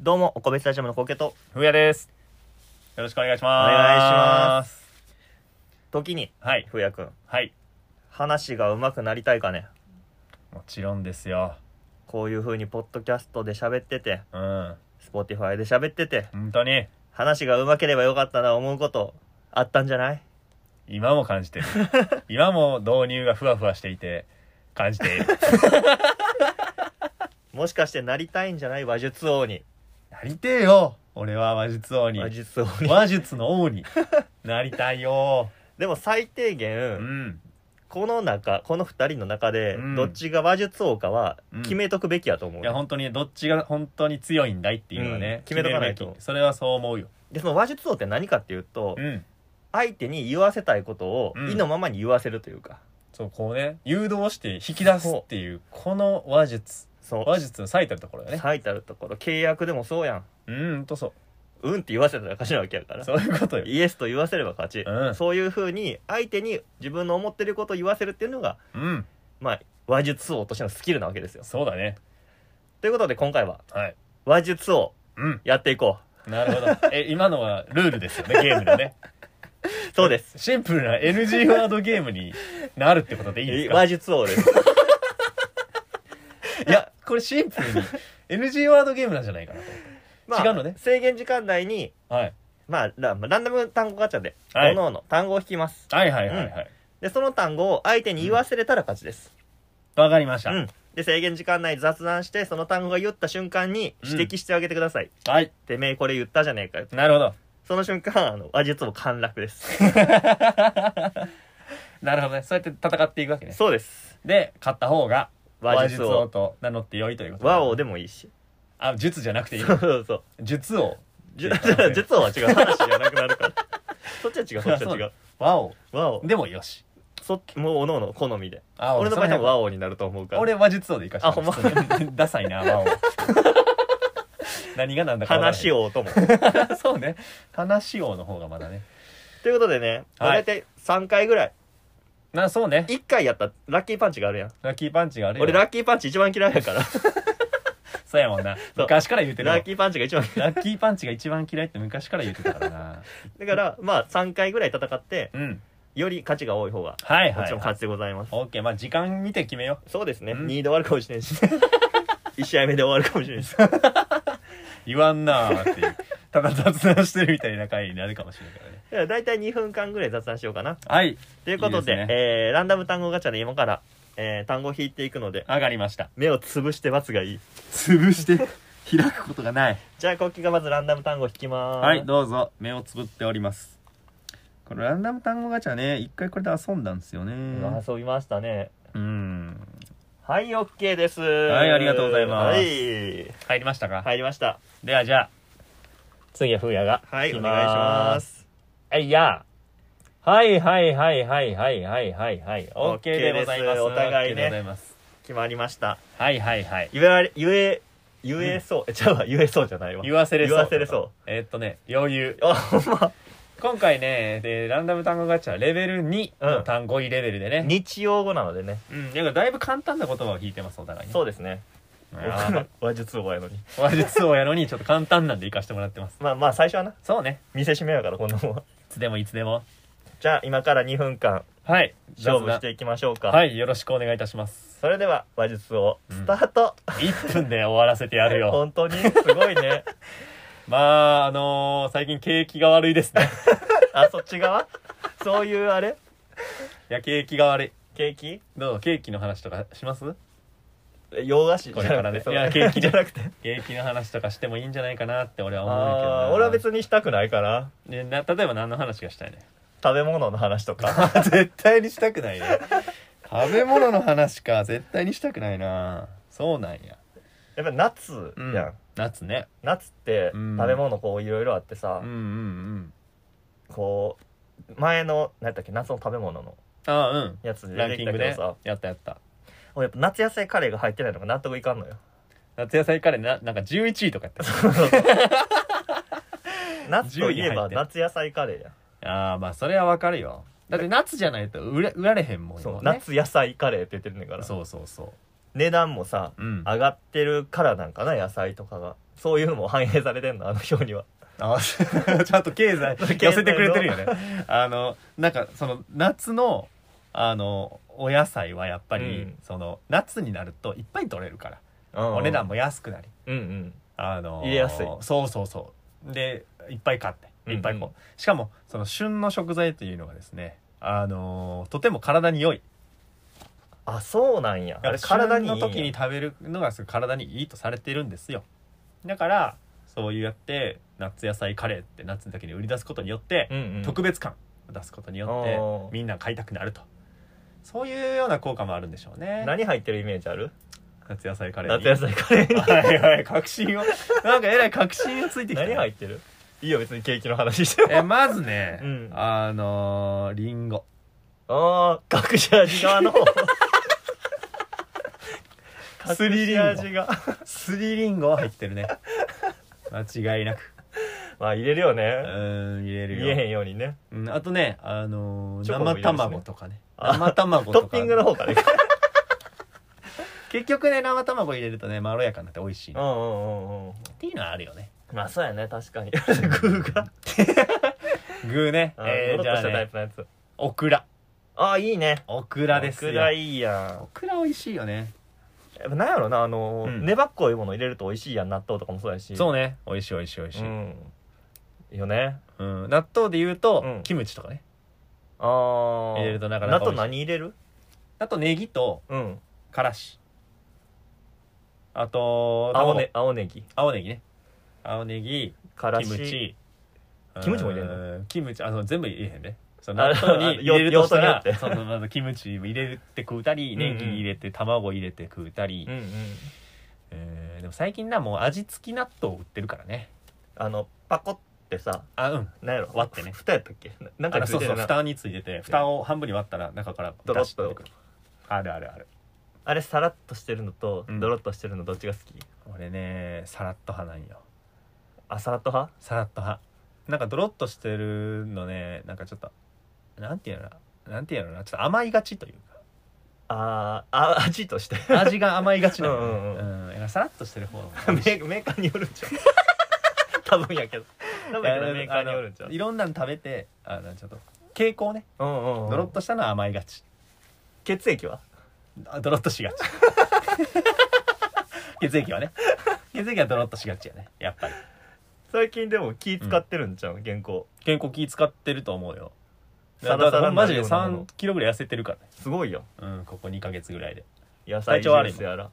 どうも、おこべスタジアムのコケと、ふうやです。よろしくお願いします。。お願いします時に、はい。ふうやくん、はい。話が上手くなりたいかね。もちろんですよ。こういう風に、ポッドキャストで喋ってて、うん。スポティファイで喋ってて、本当に、話が上手ければよかったな思うこと、あったんじゃない今も感じて る。今も導入がふわふわしていて、感じている。もしかしてなりたいんじゃない話術王に。 なりてえよ俺は話術王に。話術王に。話術の王 になりたいよでも最低う限、ん。この中、この二人の中でうん、どっちが話術王かはうん、決めとくべきやと思う。いや、本当に、どっちが本当に強いんだいっていうのはねう、ん決めとかないと決るべきそれはそう思うよ。で、その話術王って何かっていうとう、ん。相手に言わせたいことをうん意のままに言わせるというか、そう、こうね、誘導して引き出すっていう、この話術。そう話術の最たるところだね。最たるところ契約でもそうやんうん、ほんとそう。うんって言わせたら勝ちなわけやから そういうことよ。イエスと言わせれば勝ち、うんそういうふうに相手に自分の思ってることを言わせるっていうのがうん。まあ話術王としてのスキルなわけですよそうだね。ということで今回ははい。話術をうん。やっていこなるほど。え、今のはルールですよね、ゲームのね。うそうですシンプルな NG ワードゲームになるってことでいいですか話術王 ですいや、これシンプルに NG ワードゲームなんじゃないかなと思って。まあ違うのね制限時間内にはい。まあラランダム単語ガチャで各はい々単語を引きます、はいはいはいはい。でその単語を相手に言わせれたら勝ちです、わ、かりました、うん、で制限時間内雑談してその単語が言った瞬間に指摘してあげてください、はい。てめえこれ言ったじゃねえかよなるほど。その瞬間あの話術も陥落ですなるほどね。そうやって戦っていくわけね。そうですで、勝った方が、話話術術王王と名乗って良いということ。和王でで。もいいしあ、術じゃなくていいそ。うそうそう術 王。じゅ術王は違う話じゃなくなる からそっちは違うそっちは違う和王。和王でもよし。そもうおのの好みであ俺の場合多そ分和王になると思うから俺話術王でいかしてあほんま普通に ダサいな和を何が何だか話を王とも そうね話王の方がまだねということでね、は大い体3回ぐらいなそうね1回やったらラッキーパンチがあるやんラッキーパンチがあるよ俺ラッキーパンチ一番嫌いや からそうやもんなう昔から言うてるもんラッキーパンチが一番嫌いラッキーパンチが一番嫌いって昔から言うてたからな だからまあ3回ぐらい戦ってうんより価値が多い方がはいもはちい、ろんは勝いちでございます、オッケーまあ時間見て決めよそうですね、うん二2位で終わるかもしれん し1試合目で終わるかもしれんしう言わんなーっていうただ雑談してるみたいな回になるかもしれないからねだいたい2分間ぐらい雑談しようかなはいということでいいですえーランダム単語ガチャで今から、えー単語を引いていくので上がりました目をつぶして罰がいい潰して開くことがないじゃあコッキーがまずランダム単語を引きますはい、どうぞ。目をつぶっております。このランダム単語ガチャね、一回これで遊んだんですよね。遊びましたねうん。はい OK ですいありがとうございますはい入りましたか、入りましたではじゃあ、次はふうやが。はい行おき願いしま。すはい、やあ。はいはいはいはいはいはいはいはい。OK でございます。お互いね OK でございます。決まりましたはいはいはい。言えられ言え言えそう、えちゃうわ言えそうじゃないわ言わせれそう。言わせれそう。えーっとね、余裕。あほんま今回ね、で、ランダム単語ガチャ、レベル2の単語入レベルでね。日曜語なのでねうん。なんかだいぶ簡単な言葉を聞いてます、お互いね。そうですねう僕の 話術王やのに話術王やのにちょっと簡単なんで行かしてもらってますまあまあ最初はなそうね見せしめやからこんなもん はいつでもいつでもじゃあ今から2分間はい勝負していきましょうか、はいよろしくお願いいたしますそれでは話術王スタート、 1分で終わらせてやるよ 本当にすごいねまああのー最近景気が悪い ですねあそっち側そういうあれいや景気が悪い景気どうケーキの話とかしますえ洋菓子これからねじゃいなやくてその景気じゃなくて景気の話とかしてもいいんじゃないかなって俺は思うんやけどあなー俺は別にしたくないからねな例えば何の話がしたいね食べ物の話とか 絶対にしたくないね食べ物の話か絶対にしたくないなそうなんや、やっぱ夏うやんん、夏ね夏ってうん食べ物こういろいろあってさ、うんうんうんこう前の何やったっけ夏の食べ物のああうんやつでラン出てきキンたグけねどさやったやった俺やっぱ夏野菜カレーが入ってないのが納得いかんのよ夏野菜カレーななんか11位とかやった夏といえ10位に入っばて夏野菜カレーやん ああまあそれはわかるよだって夏じゃないと売れ売られへんもんそう今ね夏野菜カレーって言ってるねんからそうそうそう値段もさうん上がってるからなんかな野菜とかがそういうのも反映されてんのあの表にはあ ちゃんと経 済寄せてくれてるよねあのなんかその夏のあのお野菜はやっぱり、うんその夏になるといっぱい取れるから、おお値段も安くなりうんあの入れやすいそうそうそうでいっぱい買っていっぱいこう、うんうんしかもその旬の食材というのがですねあのとても体に良いあそうなんやあれ体体にいいのんや時に食べるのがすごい体にいいとされてるんですよだからそうやって夏野菜カレーって夏の時に売り出すことによって、うんうん特別感を出すことによおっーてみんな買いたくなるとそういうような効果もあるんでしょうね何入ってるイメージある夏野菜カレーに夏野菜カレーに はいはい確信をなんかえらい確信をついてきた何入ってるいいよ別にケーキの話してもえまずね、うんあのー、リンゴああ 隠し味側のすりりんご隠し味がすりリンゴ入ってるね間違いなく まあ入れるようねーん入れる見よえへんようにねうん、あとね、あのーチョコも生入れるしね卵とかねあ生ト卵とッかピングの方からいく結局ね生卵入れるとねまろやかになって美味しい、うっんうんうんうんていうのはあるよねまあそうやね確 かに具が具ね、うんえゴーロッじとゃあしたタイねプのやつオクラああいいねオクラですよオクラいいやオクラ美味しいよんねやっぱなんやろなあの、うん粘っこいもの入れると美味しいやん納豆とかもそうやしそうねね美味しい美味しい美味しい、うんうんよね納豆で言うと、うんキムチとかねああ入れるとなか納なか美味し豆い何入れるあとネギとうんからしあと青卵ね青ネギ青ネギね青ネギからキムしチキムチも入れるのうんキムチあの全部入れへんねそのあ納豆に入れる用とした用ら途によってそのまずキムチも入れて食うたりうんうネんギ入れて卵入れて食うたり、うんうんえーでも最近なもう味付き納豆売ってるからねあのパコってさあうんなんやろ割ってね蓋やったっけななんあかのついそうてそうるな蓋についてて蓋を半分に割ったら中からドロ出ッしてとくるあるあるあるあれさらっとしてるのとうんドロッとしてるのどっちが好き俺ねさらっと派なんよあさらっと派さらっと派なんかドロッとしてるのねなんかちょっとなんていうのかななんていうのかなちょっと甘いがちというあーあ味としてか味が甘いがちなの、ね、うんうんううんだからさらっとしてる方がメーメーカーによるん ちゃう多分やけど多分やけどメーカーによるんちゃあうのいろんなの食べてあのちょっと傾向ねうんうんうんドロッとしたのは甘いがち血液はあドロッとし がち血液はね血液はドロッとしがちやねやっぱり最近でも気使ってるんちゃう原稿健康気使ってると思うよサラサラになマるジよでうなもの3キロぐらい痩せてるからねすごいようんここ2ヶ月ぐらいで野菜ジュースやら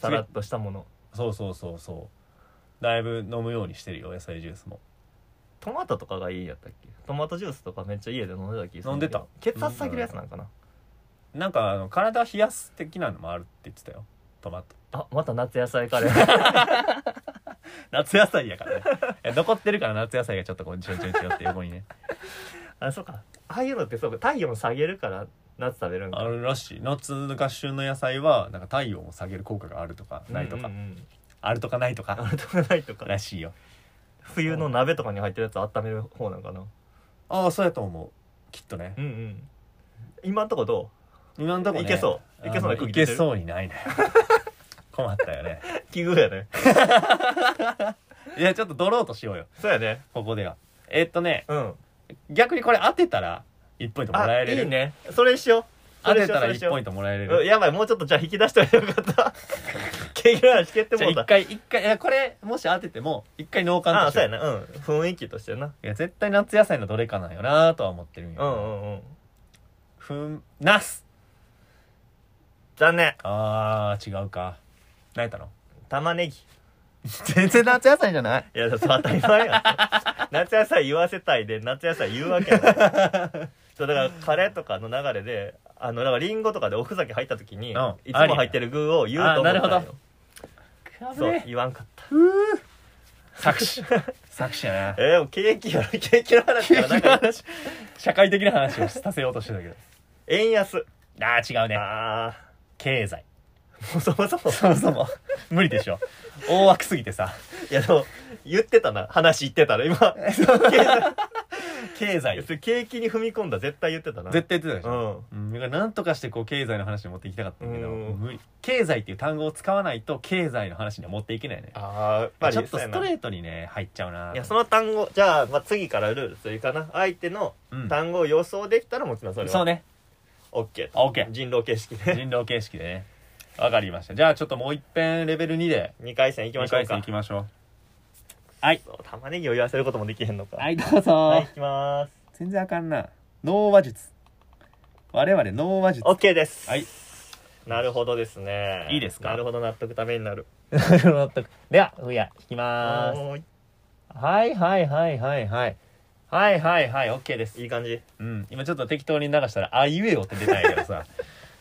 さらっとしたものそうそうそうそうだいぶ飲むようにしてるよ野菜ジュースもトマトとかがいいやったっけトマトジュースとかめっちゃ家で飲んでた気がするけど飲ん血圧下げるやつなんかななんかあの体冷やす的なのもあるって言ってたよトマトあまた夏野菜 カレー夏野菜やからねえ残ってるから夏野菜がちょっとこうちょちょちょって横にねあそうかああいうのってそうか体温下げるから夏食べるんかあるらしい夏が旬の野菜はなんか体温を下げる効果があるとかないとか、うんうんうんあるとかないとあかれとかないとからしいよ冬の鍋とかに入ってるやつ温める方なんかなああそうやと思うきっとねうんうん今んとこど今んとこ、ね、いけそういけそうな空気い出けてるそうにないね困ったよねう奇遇やねいやちょっとドローとしようよそうやねここではえっとねうん逆にこれ当てたら1ポイントもらあえれるいいねそれしよう当それてしようたらそれしよ1うポイントもらえれうんるやばいもうちょっとじゃあ引き出したらよかった 経験話蹴ってじゃもあう一た回一回いやこれもし当てても一回脳幹あとあしそうよやうなうん雰囲気としてないや絶対夏野菜のどれかなんよなーとは思ってるんうよ、んうんうんふんナス残念あー違うか何やったの玉ねぎ全然夏野菜じゃないいやそう当たり前やん 夏野菜言わせたいで夏野菜言うわけ やないそうだからカレーとかの流れであのだからリンゴとかでおふざけ入った時に、うんいつも入ってる具を言うと思ったんよあなるかそう言わんかった作詞作詞やなえー、ケーキやろケーキの話やろなんか社会的な話をさせようとしてたけど円安あー違うねあ経済あもうそも そもそもそも無理でしょ大枠すぎてさいやでも言ってたな話言ってたら今経済それ景気に踏み込んだ絶対言ってたな絶対言ってたでうしょ、んうん、だからなんとかしてこう経済の話に持っていきたかったんだけど、うん無理経済っていう単語を使わないと経済の話には持っていけないねああちょっとストーレートにね入っちゃうないいやその単語じゃあ,、まあ次からルールそれかな相手のうん、単語を予想できたらもちろんそれはそうね OK あ OK 人狼形式 で人狼形式でねわかりましたじゃあちょっともう一遍レベル2で2回戦いきま2しょう回か戦いきましょうはいそう玉ねぎを言わせることもできへんのかはいどうぞ、はいいきます全然あかんな脳話術我々脳話術 OK ですはいなるほどですねいいですかなるほど納得ためになる納得 ではふや引きまおーいすはいはいはいはいはいはいはいはい OK ですいい感じうん今ちょっと適当に流したら「あいうえお」って出たんやけど さ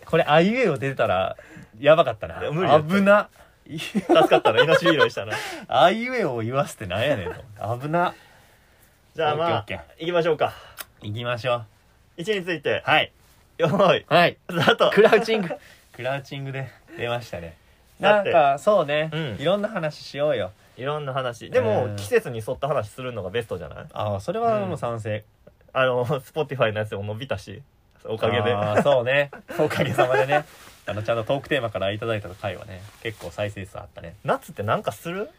これ「あいうえお」出てたらやばかったないや無理だった危な助かったな命拾いしたなあいうえおを言わせてなんやねんと危 なじゃあまあ OK OK いきましょうか行きましょう1についてはいよーいはいスタート クラウチングクラウチングで出ましたねだなっんてかそうね、うんいろんな話しようよいろんな話でうもん季節に沿った話するのがベストじゃないああそれはもう賛成、あの Spotify のやつでも伸びたしおおかげでそうね おかげさまでねあのちゃんとトークテーマからいただいた回はね結構再生数あったね夏ってなんかする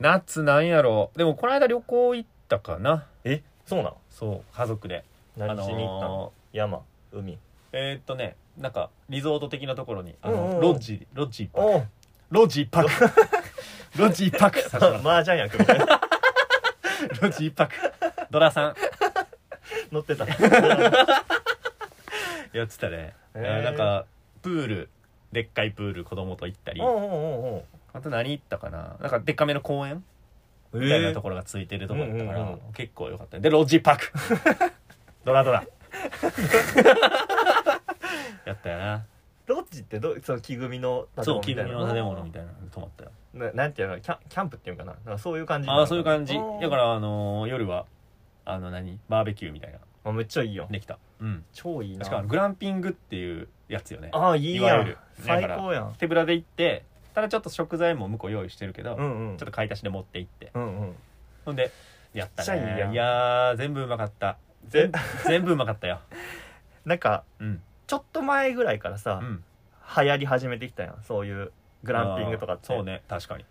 夏なんやろうでもこの間旅行行ったかなえそうなのそう家族であ何しに行ったのの山海ーえーっとねなんかリゾート的なところにあうんうんうのんロッジロッジ一泊おロッジ 一泊ロッジ一泊させて もらっマージャン役みた いなたロッジ一泊ドラさん乗ってたやってたね、へえーーなんかプールでっかいプール子供と行った りおうおうおうあと何行ったかななんかでっかめの公園おうみたいなところがついてるところだったから、うんうん結構良かったねでロッジパーク ドラドラやったよなロッジってどうその木組みの建そう物木みたい組なみの建物みたいなのに泊まったよななんていうのキャンキャンプっていうのかななんかそういう感じああそういう感じおーだからあのー夜はあの何バーベキューみたいなあめっちゃいいよできたうん超いいなしかもグランピングっていうやつよねああいいいわやゆんるだ最から高やん手ぶらで行ってただちょっと食材も向こう用意してるけど、うんうんちょっと買い足しで持って行ってうんうんほんでやっためっちゃいいやねんいやー全部うまかったぜ全全部うまかったよなんかうんちょっと前ぐらいからさ、うん流行り始めてきたやんそういうググランピングとかってそうね確かに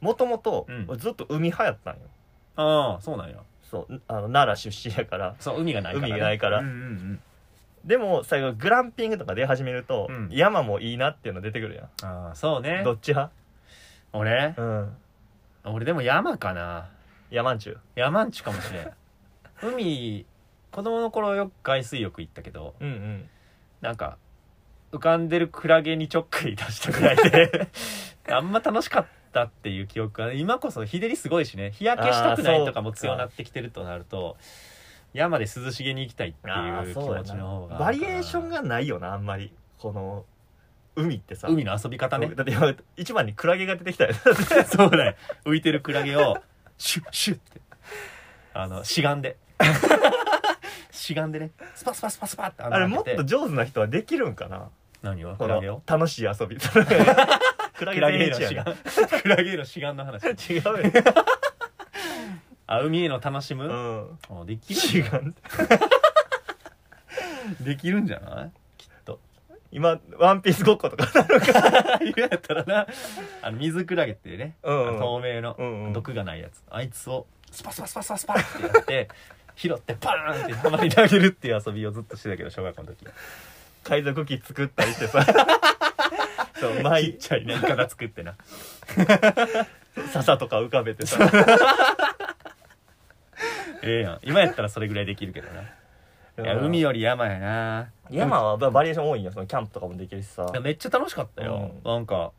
もともとうんずっと海派やったんよああそうなんやそうあの奈良出身やからそう海がないから、ね、海がないからうんうんでも最後グランピングとか出始めると、うん山もいいなっていうの出てくるやうんああそうねんどっち派俺うん俺でも山かな山んちゅう山んちかもしれん海子供の頃よく海水浴行ったけどうんうんなんか浮かんでるクラゲにちょっかい出したぐら いであんま楽しかったっていう記憶が今こそ日照りすごいしね日焼けしたくないとかも強なってきてるとなると山で涼しげに行きたいってああいう気そうや持ちの方ながバリエーションがないよなあんまりこの海ってさ海の遊び方ねそうだって今一番にクラゲが出てきたよ そうだよ浮いてるクラゲをシュッシュッってあのしがん でしがんでねスパスパスパスパってあれもっ開けとて上手な人はできるんかな何をこクラゲをの楽しい遊びクラ クゲラ全ゲの員死一や眼なクラゲの死眼の話違うよあ海への楽しむ、うんあできるんじ違ゃないうできるんじゃないきっと今ワンピースごっことかなるか今やったらなあの水クラゲっていうね、うんうん透明の、うんうん毒がないやつあいつをスパスパスパスパスパってやって拾ってパーンって浜に投げるっていう遊びをずっとしてたけど小学校の時海賊機作ったりして さそうちっ舞ちゃいねイカダ作ってな笹とか浮かべてさええやん今やったらそれぐらいできるけどないや海より山やな山はバリエーション多いんよそのキャンプとかもできるしさいやめっちゃ楽しかったよ、うなんか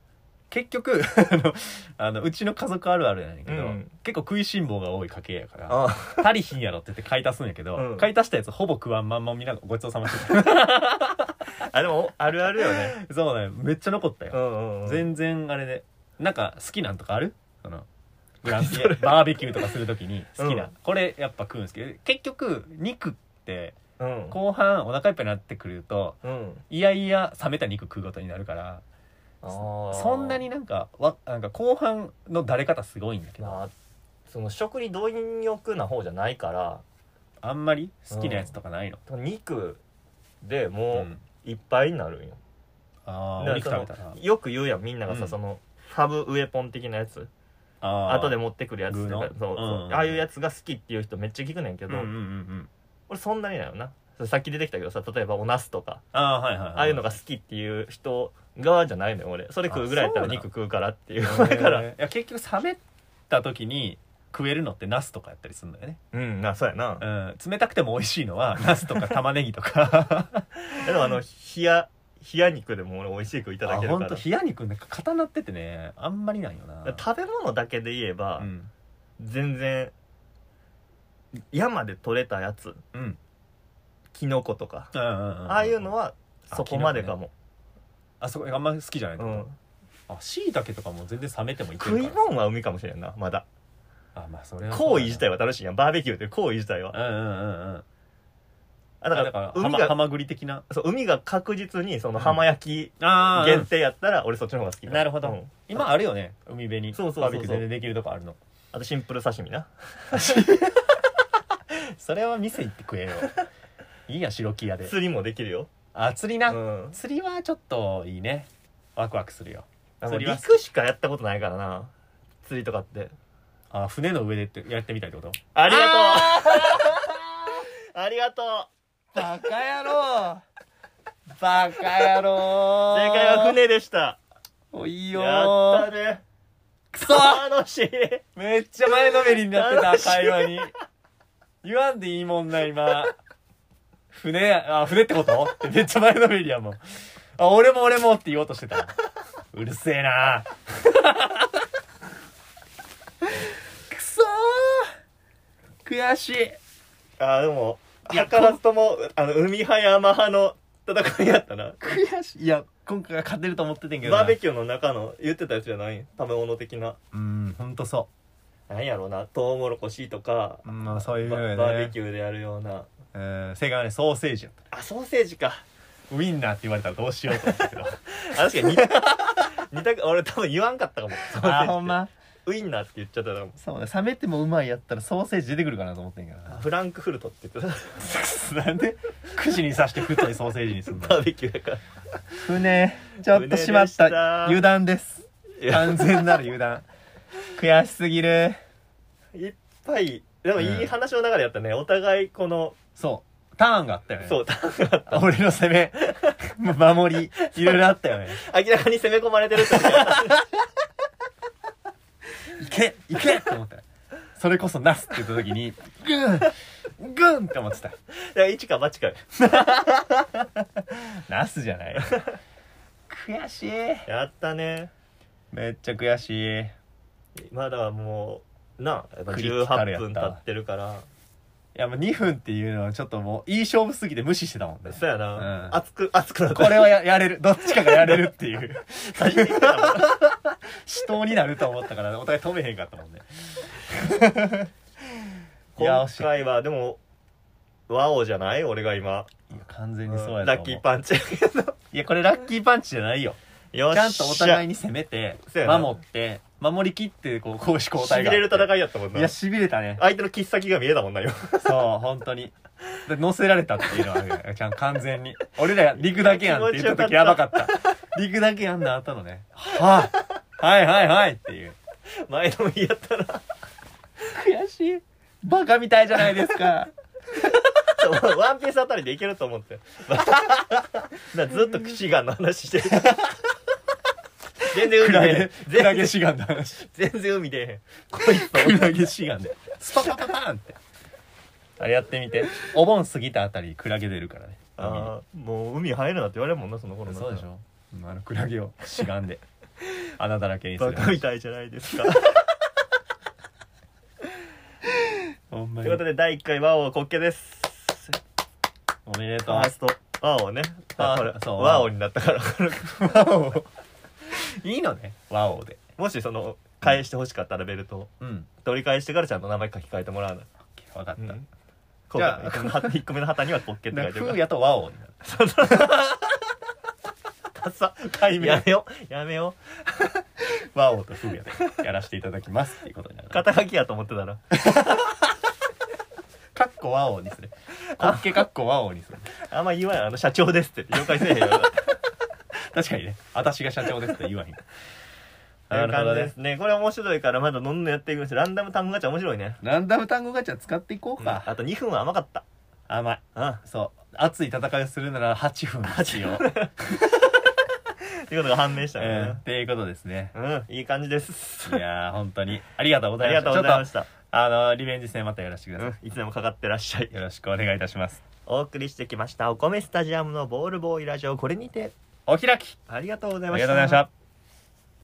結局あのあのうちの家族あるあるやねんけど、うん結構食いしん坊が多い家系やからあ足りひんやろって言って買い足すんやけど、うん買い足したやつほぼ食わんまんまみんながごちそうさま してたあでもあるあるよねそうねめっちゃ残ったうよ、んうんうん全然あれでなんか好きなんとかあるそのグランピそれバーベキューとかするときに好きな、うんこれやっぱ食うんですけど結局肉ってうん後半お腹いっぱいになってくるとうんいやいや冷めた肉食うことになるからあーそんなになんかわなんか後半のだれ方すごいんだけどまあその食に貪欲な方じゃないからあんまり好きなやつとかないの、肉でうもんういっぱいになるんよ、ああおだ肉から食べたそのなよく言うやんみんながさ、うんそのハブウェポン的なやつあー後で持ってくるやつとか具のそうそううんうんうんああいうやつが好きっていう人めっちゃ聞くねんけうんど、うんうんうん俺そんなにだよなそうさっき出てきたけどさ例えばおナスとかああはいはい、はい、ああいうのが好きっていう人側じゃないのよ俺それ食うぐらいやったら肉食うからっていう だだかかららいや結局冷めた時に食えるのってナスとかやったりするんだよね、うんなそうやなうん、冷たくても美味しいの はナスとか玉ねぎと かでもあの冷や冷や肉でも俺美味しくいただけるほかんとら冷や肉なんか固なっててねあんまりなんよな食べ物だけで言えば、うん、全然山で採れたやつうんうんキノコとか、うんうんああいうのははそこまでかも、あそこあんま好きじゃないってことあしいたけとかも全然冷めてもいけうん、食いるから物は海かもしれんなまだあまあそれはそうだな行為自体は楽しいやんバーベキューって行為自体はうんうんうんうんあだだかからら海はまがはまぐり的なそう海が確実にそのうん浜焼きあー限定やったら俺そっちの方が好きだなるほどうん今あるよね海辺にそうそうそうそうバーベキュー全然できるとこあるのあとシンプル刺身なそれは店行って食 えよいいや白木屋で釣りもできるよ、あ釣りうな、ん、釣りはちょっといいねワクワクするよあの釣りは陸しかやったことないからな釣りとかってあ船の上でってやってみたいってことあありがとうあとうりがとうバカ野郎バカ野郎正解は船でしたおいよやったーねくそ楽しいめっちゃ前のめりになってた楽しい会話に言わんでいいもんな今船やあ船ってことってめっちゃ前のめりやもんあ俺も俺もって言おうとしてたうるせえなくそー悔しいあでもいや図らずともあの海派山派の戦いやったな悔しいいや今回は勝てると思っててんけどバーベキキューの中の言ってたやつじゃない食べ物的なューうんほんとそなんやろうなトウモロコシとかう、うんまあ、そういうバよねバーベキューでやるようなうん正解はねソーセージやったあソーセージかウインナーって言われたらどうしようと思ったけ どあ確かに似 た似た俺多分言わんかったかもソーセージってウインナーって言っちゃったらそうね冷めてもうまいやったらソーセージ出てくるかなと思ってんけどなフランクフルトって言って なんで串に刺して太いソーセージにすんたのバーベキューやから 船ちょっとしま船でったした油断ですいや完全なる油断悔しすぎるいっぱいでもいい話の流れやったね、お互いこのそうターンがあったよねそう 俺の攻め守りいろいろあったよね明らか に攻め込まれてるって時いけいけって思ったそれこそナスって言った時にグングンって思ってたは一か八かナスじゃない悔しいやったねめっちゃ悔しいまだもうなあやっぱクリティカ18ルやった分経ってるからいやもう2分っていうのはちょっともういい勝負すぎて無視してたもんね そうやな、うん熱く熱くなっこたれはややれるどっちかがやれるっていう初めてだもん死闘になると思ったからお互い止めへんかったもんねいや今回はでもワオじゃない俺が今いや完全にそうやと思う、ラッキーパンチいやこれラッキーパンチじゃないよよっちしゃゃんとお互いに攻めてそうやな守って守りきってこう攻守交し代びがれる戦いいやったもんないやしびれたね相手の切っ先が見えたもんなよそう本当にで乗せられたっていうのはあるよちゃん完全に俺ら陸だけやんって言った時やばかった陸だけやんな後のね、はあ、はいはいはいっていう 前の日やったら悔しいバカみたいじゃないですかそうワンピースあたりでいけると思って なずっと口がんの話してる全然ク海ラ出えへゲんクラ全ゲ然志願の話全然海出えへんこいつクラゲ志願でスパパパパーンってあれやってみてお盆過ぎたあたりクラゲ出るからねああもう海入るなって言われるもんなその頃海のにそうでしょうんあのクラゲを志願で穴だらけにすバるカみたいじゃないですかほんまとにいうことで第1回ワオ国慶ですおめでフとうァーストワオねああこれそうワオになったから ワオ いいのねワオでもしその返してほしかったらベルトをうん取り返してからちゃんと名前書き換えてもらうな分かった、うんじゃあ1個目の旗には国慶って書だいてかるからら風やとワオになるダサ 対やめようやめよワオと風やでやらせていただきますっていうことになうる肩書きやと思ってたらかっこ和王にするコッケかっこ和王にするあんま言わんあの社長ですって了解せえへん よ確かにね私が社長ですっ て言わへんという感じでねすねこれ面白いからまだどんどんやっていくんですランダム単語ガチャ面白いね、ランダム単語ガチャ使っていこううんか、あと2分は甘かった甘いうんそう熱い戦いをするなら8分8を、っていうことが判明したかえーらっねていうことですねうんいい感じですいやー本当にありがとうごあざりいまがとしたうございまちょっしたとあのリベンジ戦またよろしくください、うんいつでもかかってらっしゃいよろしくお願いいたしますお送りしてきましたお米スタジアムのボールボーイラジオこれにてお開きありがとうござあいりまがとしうごたざいました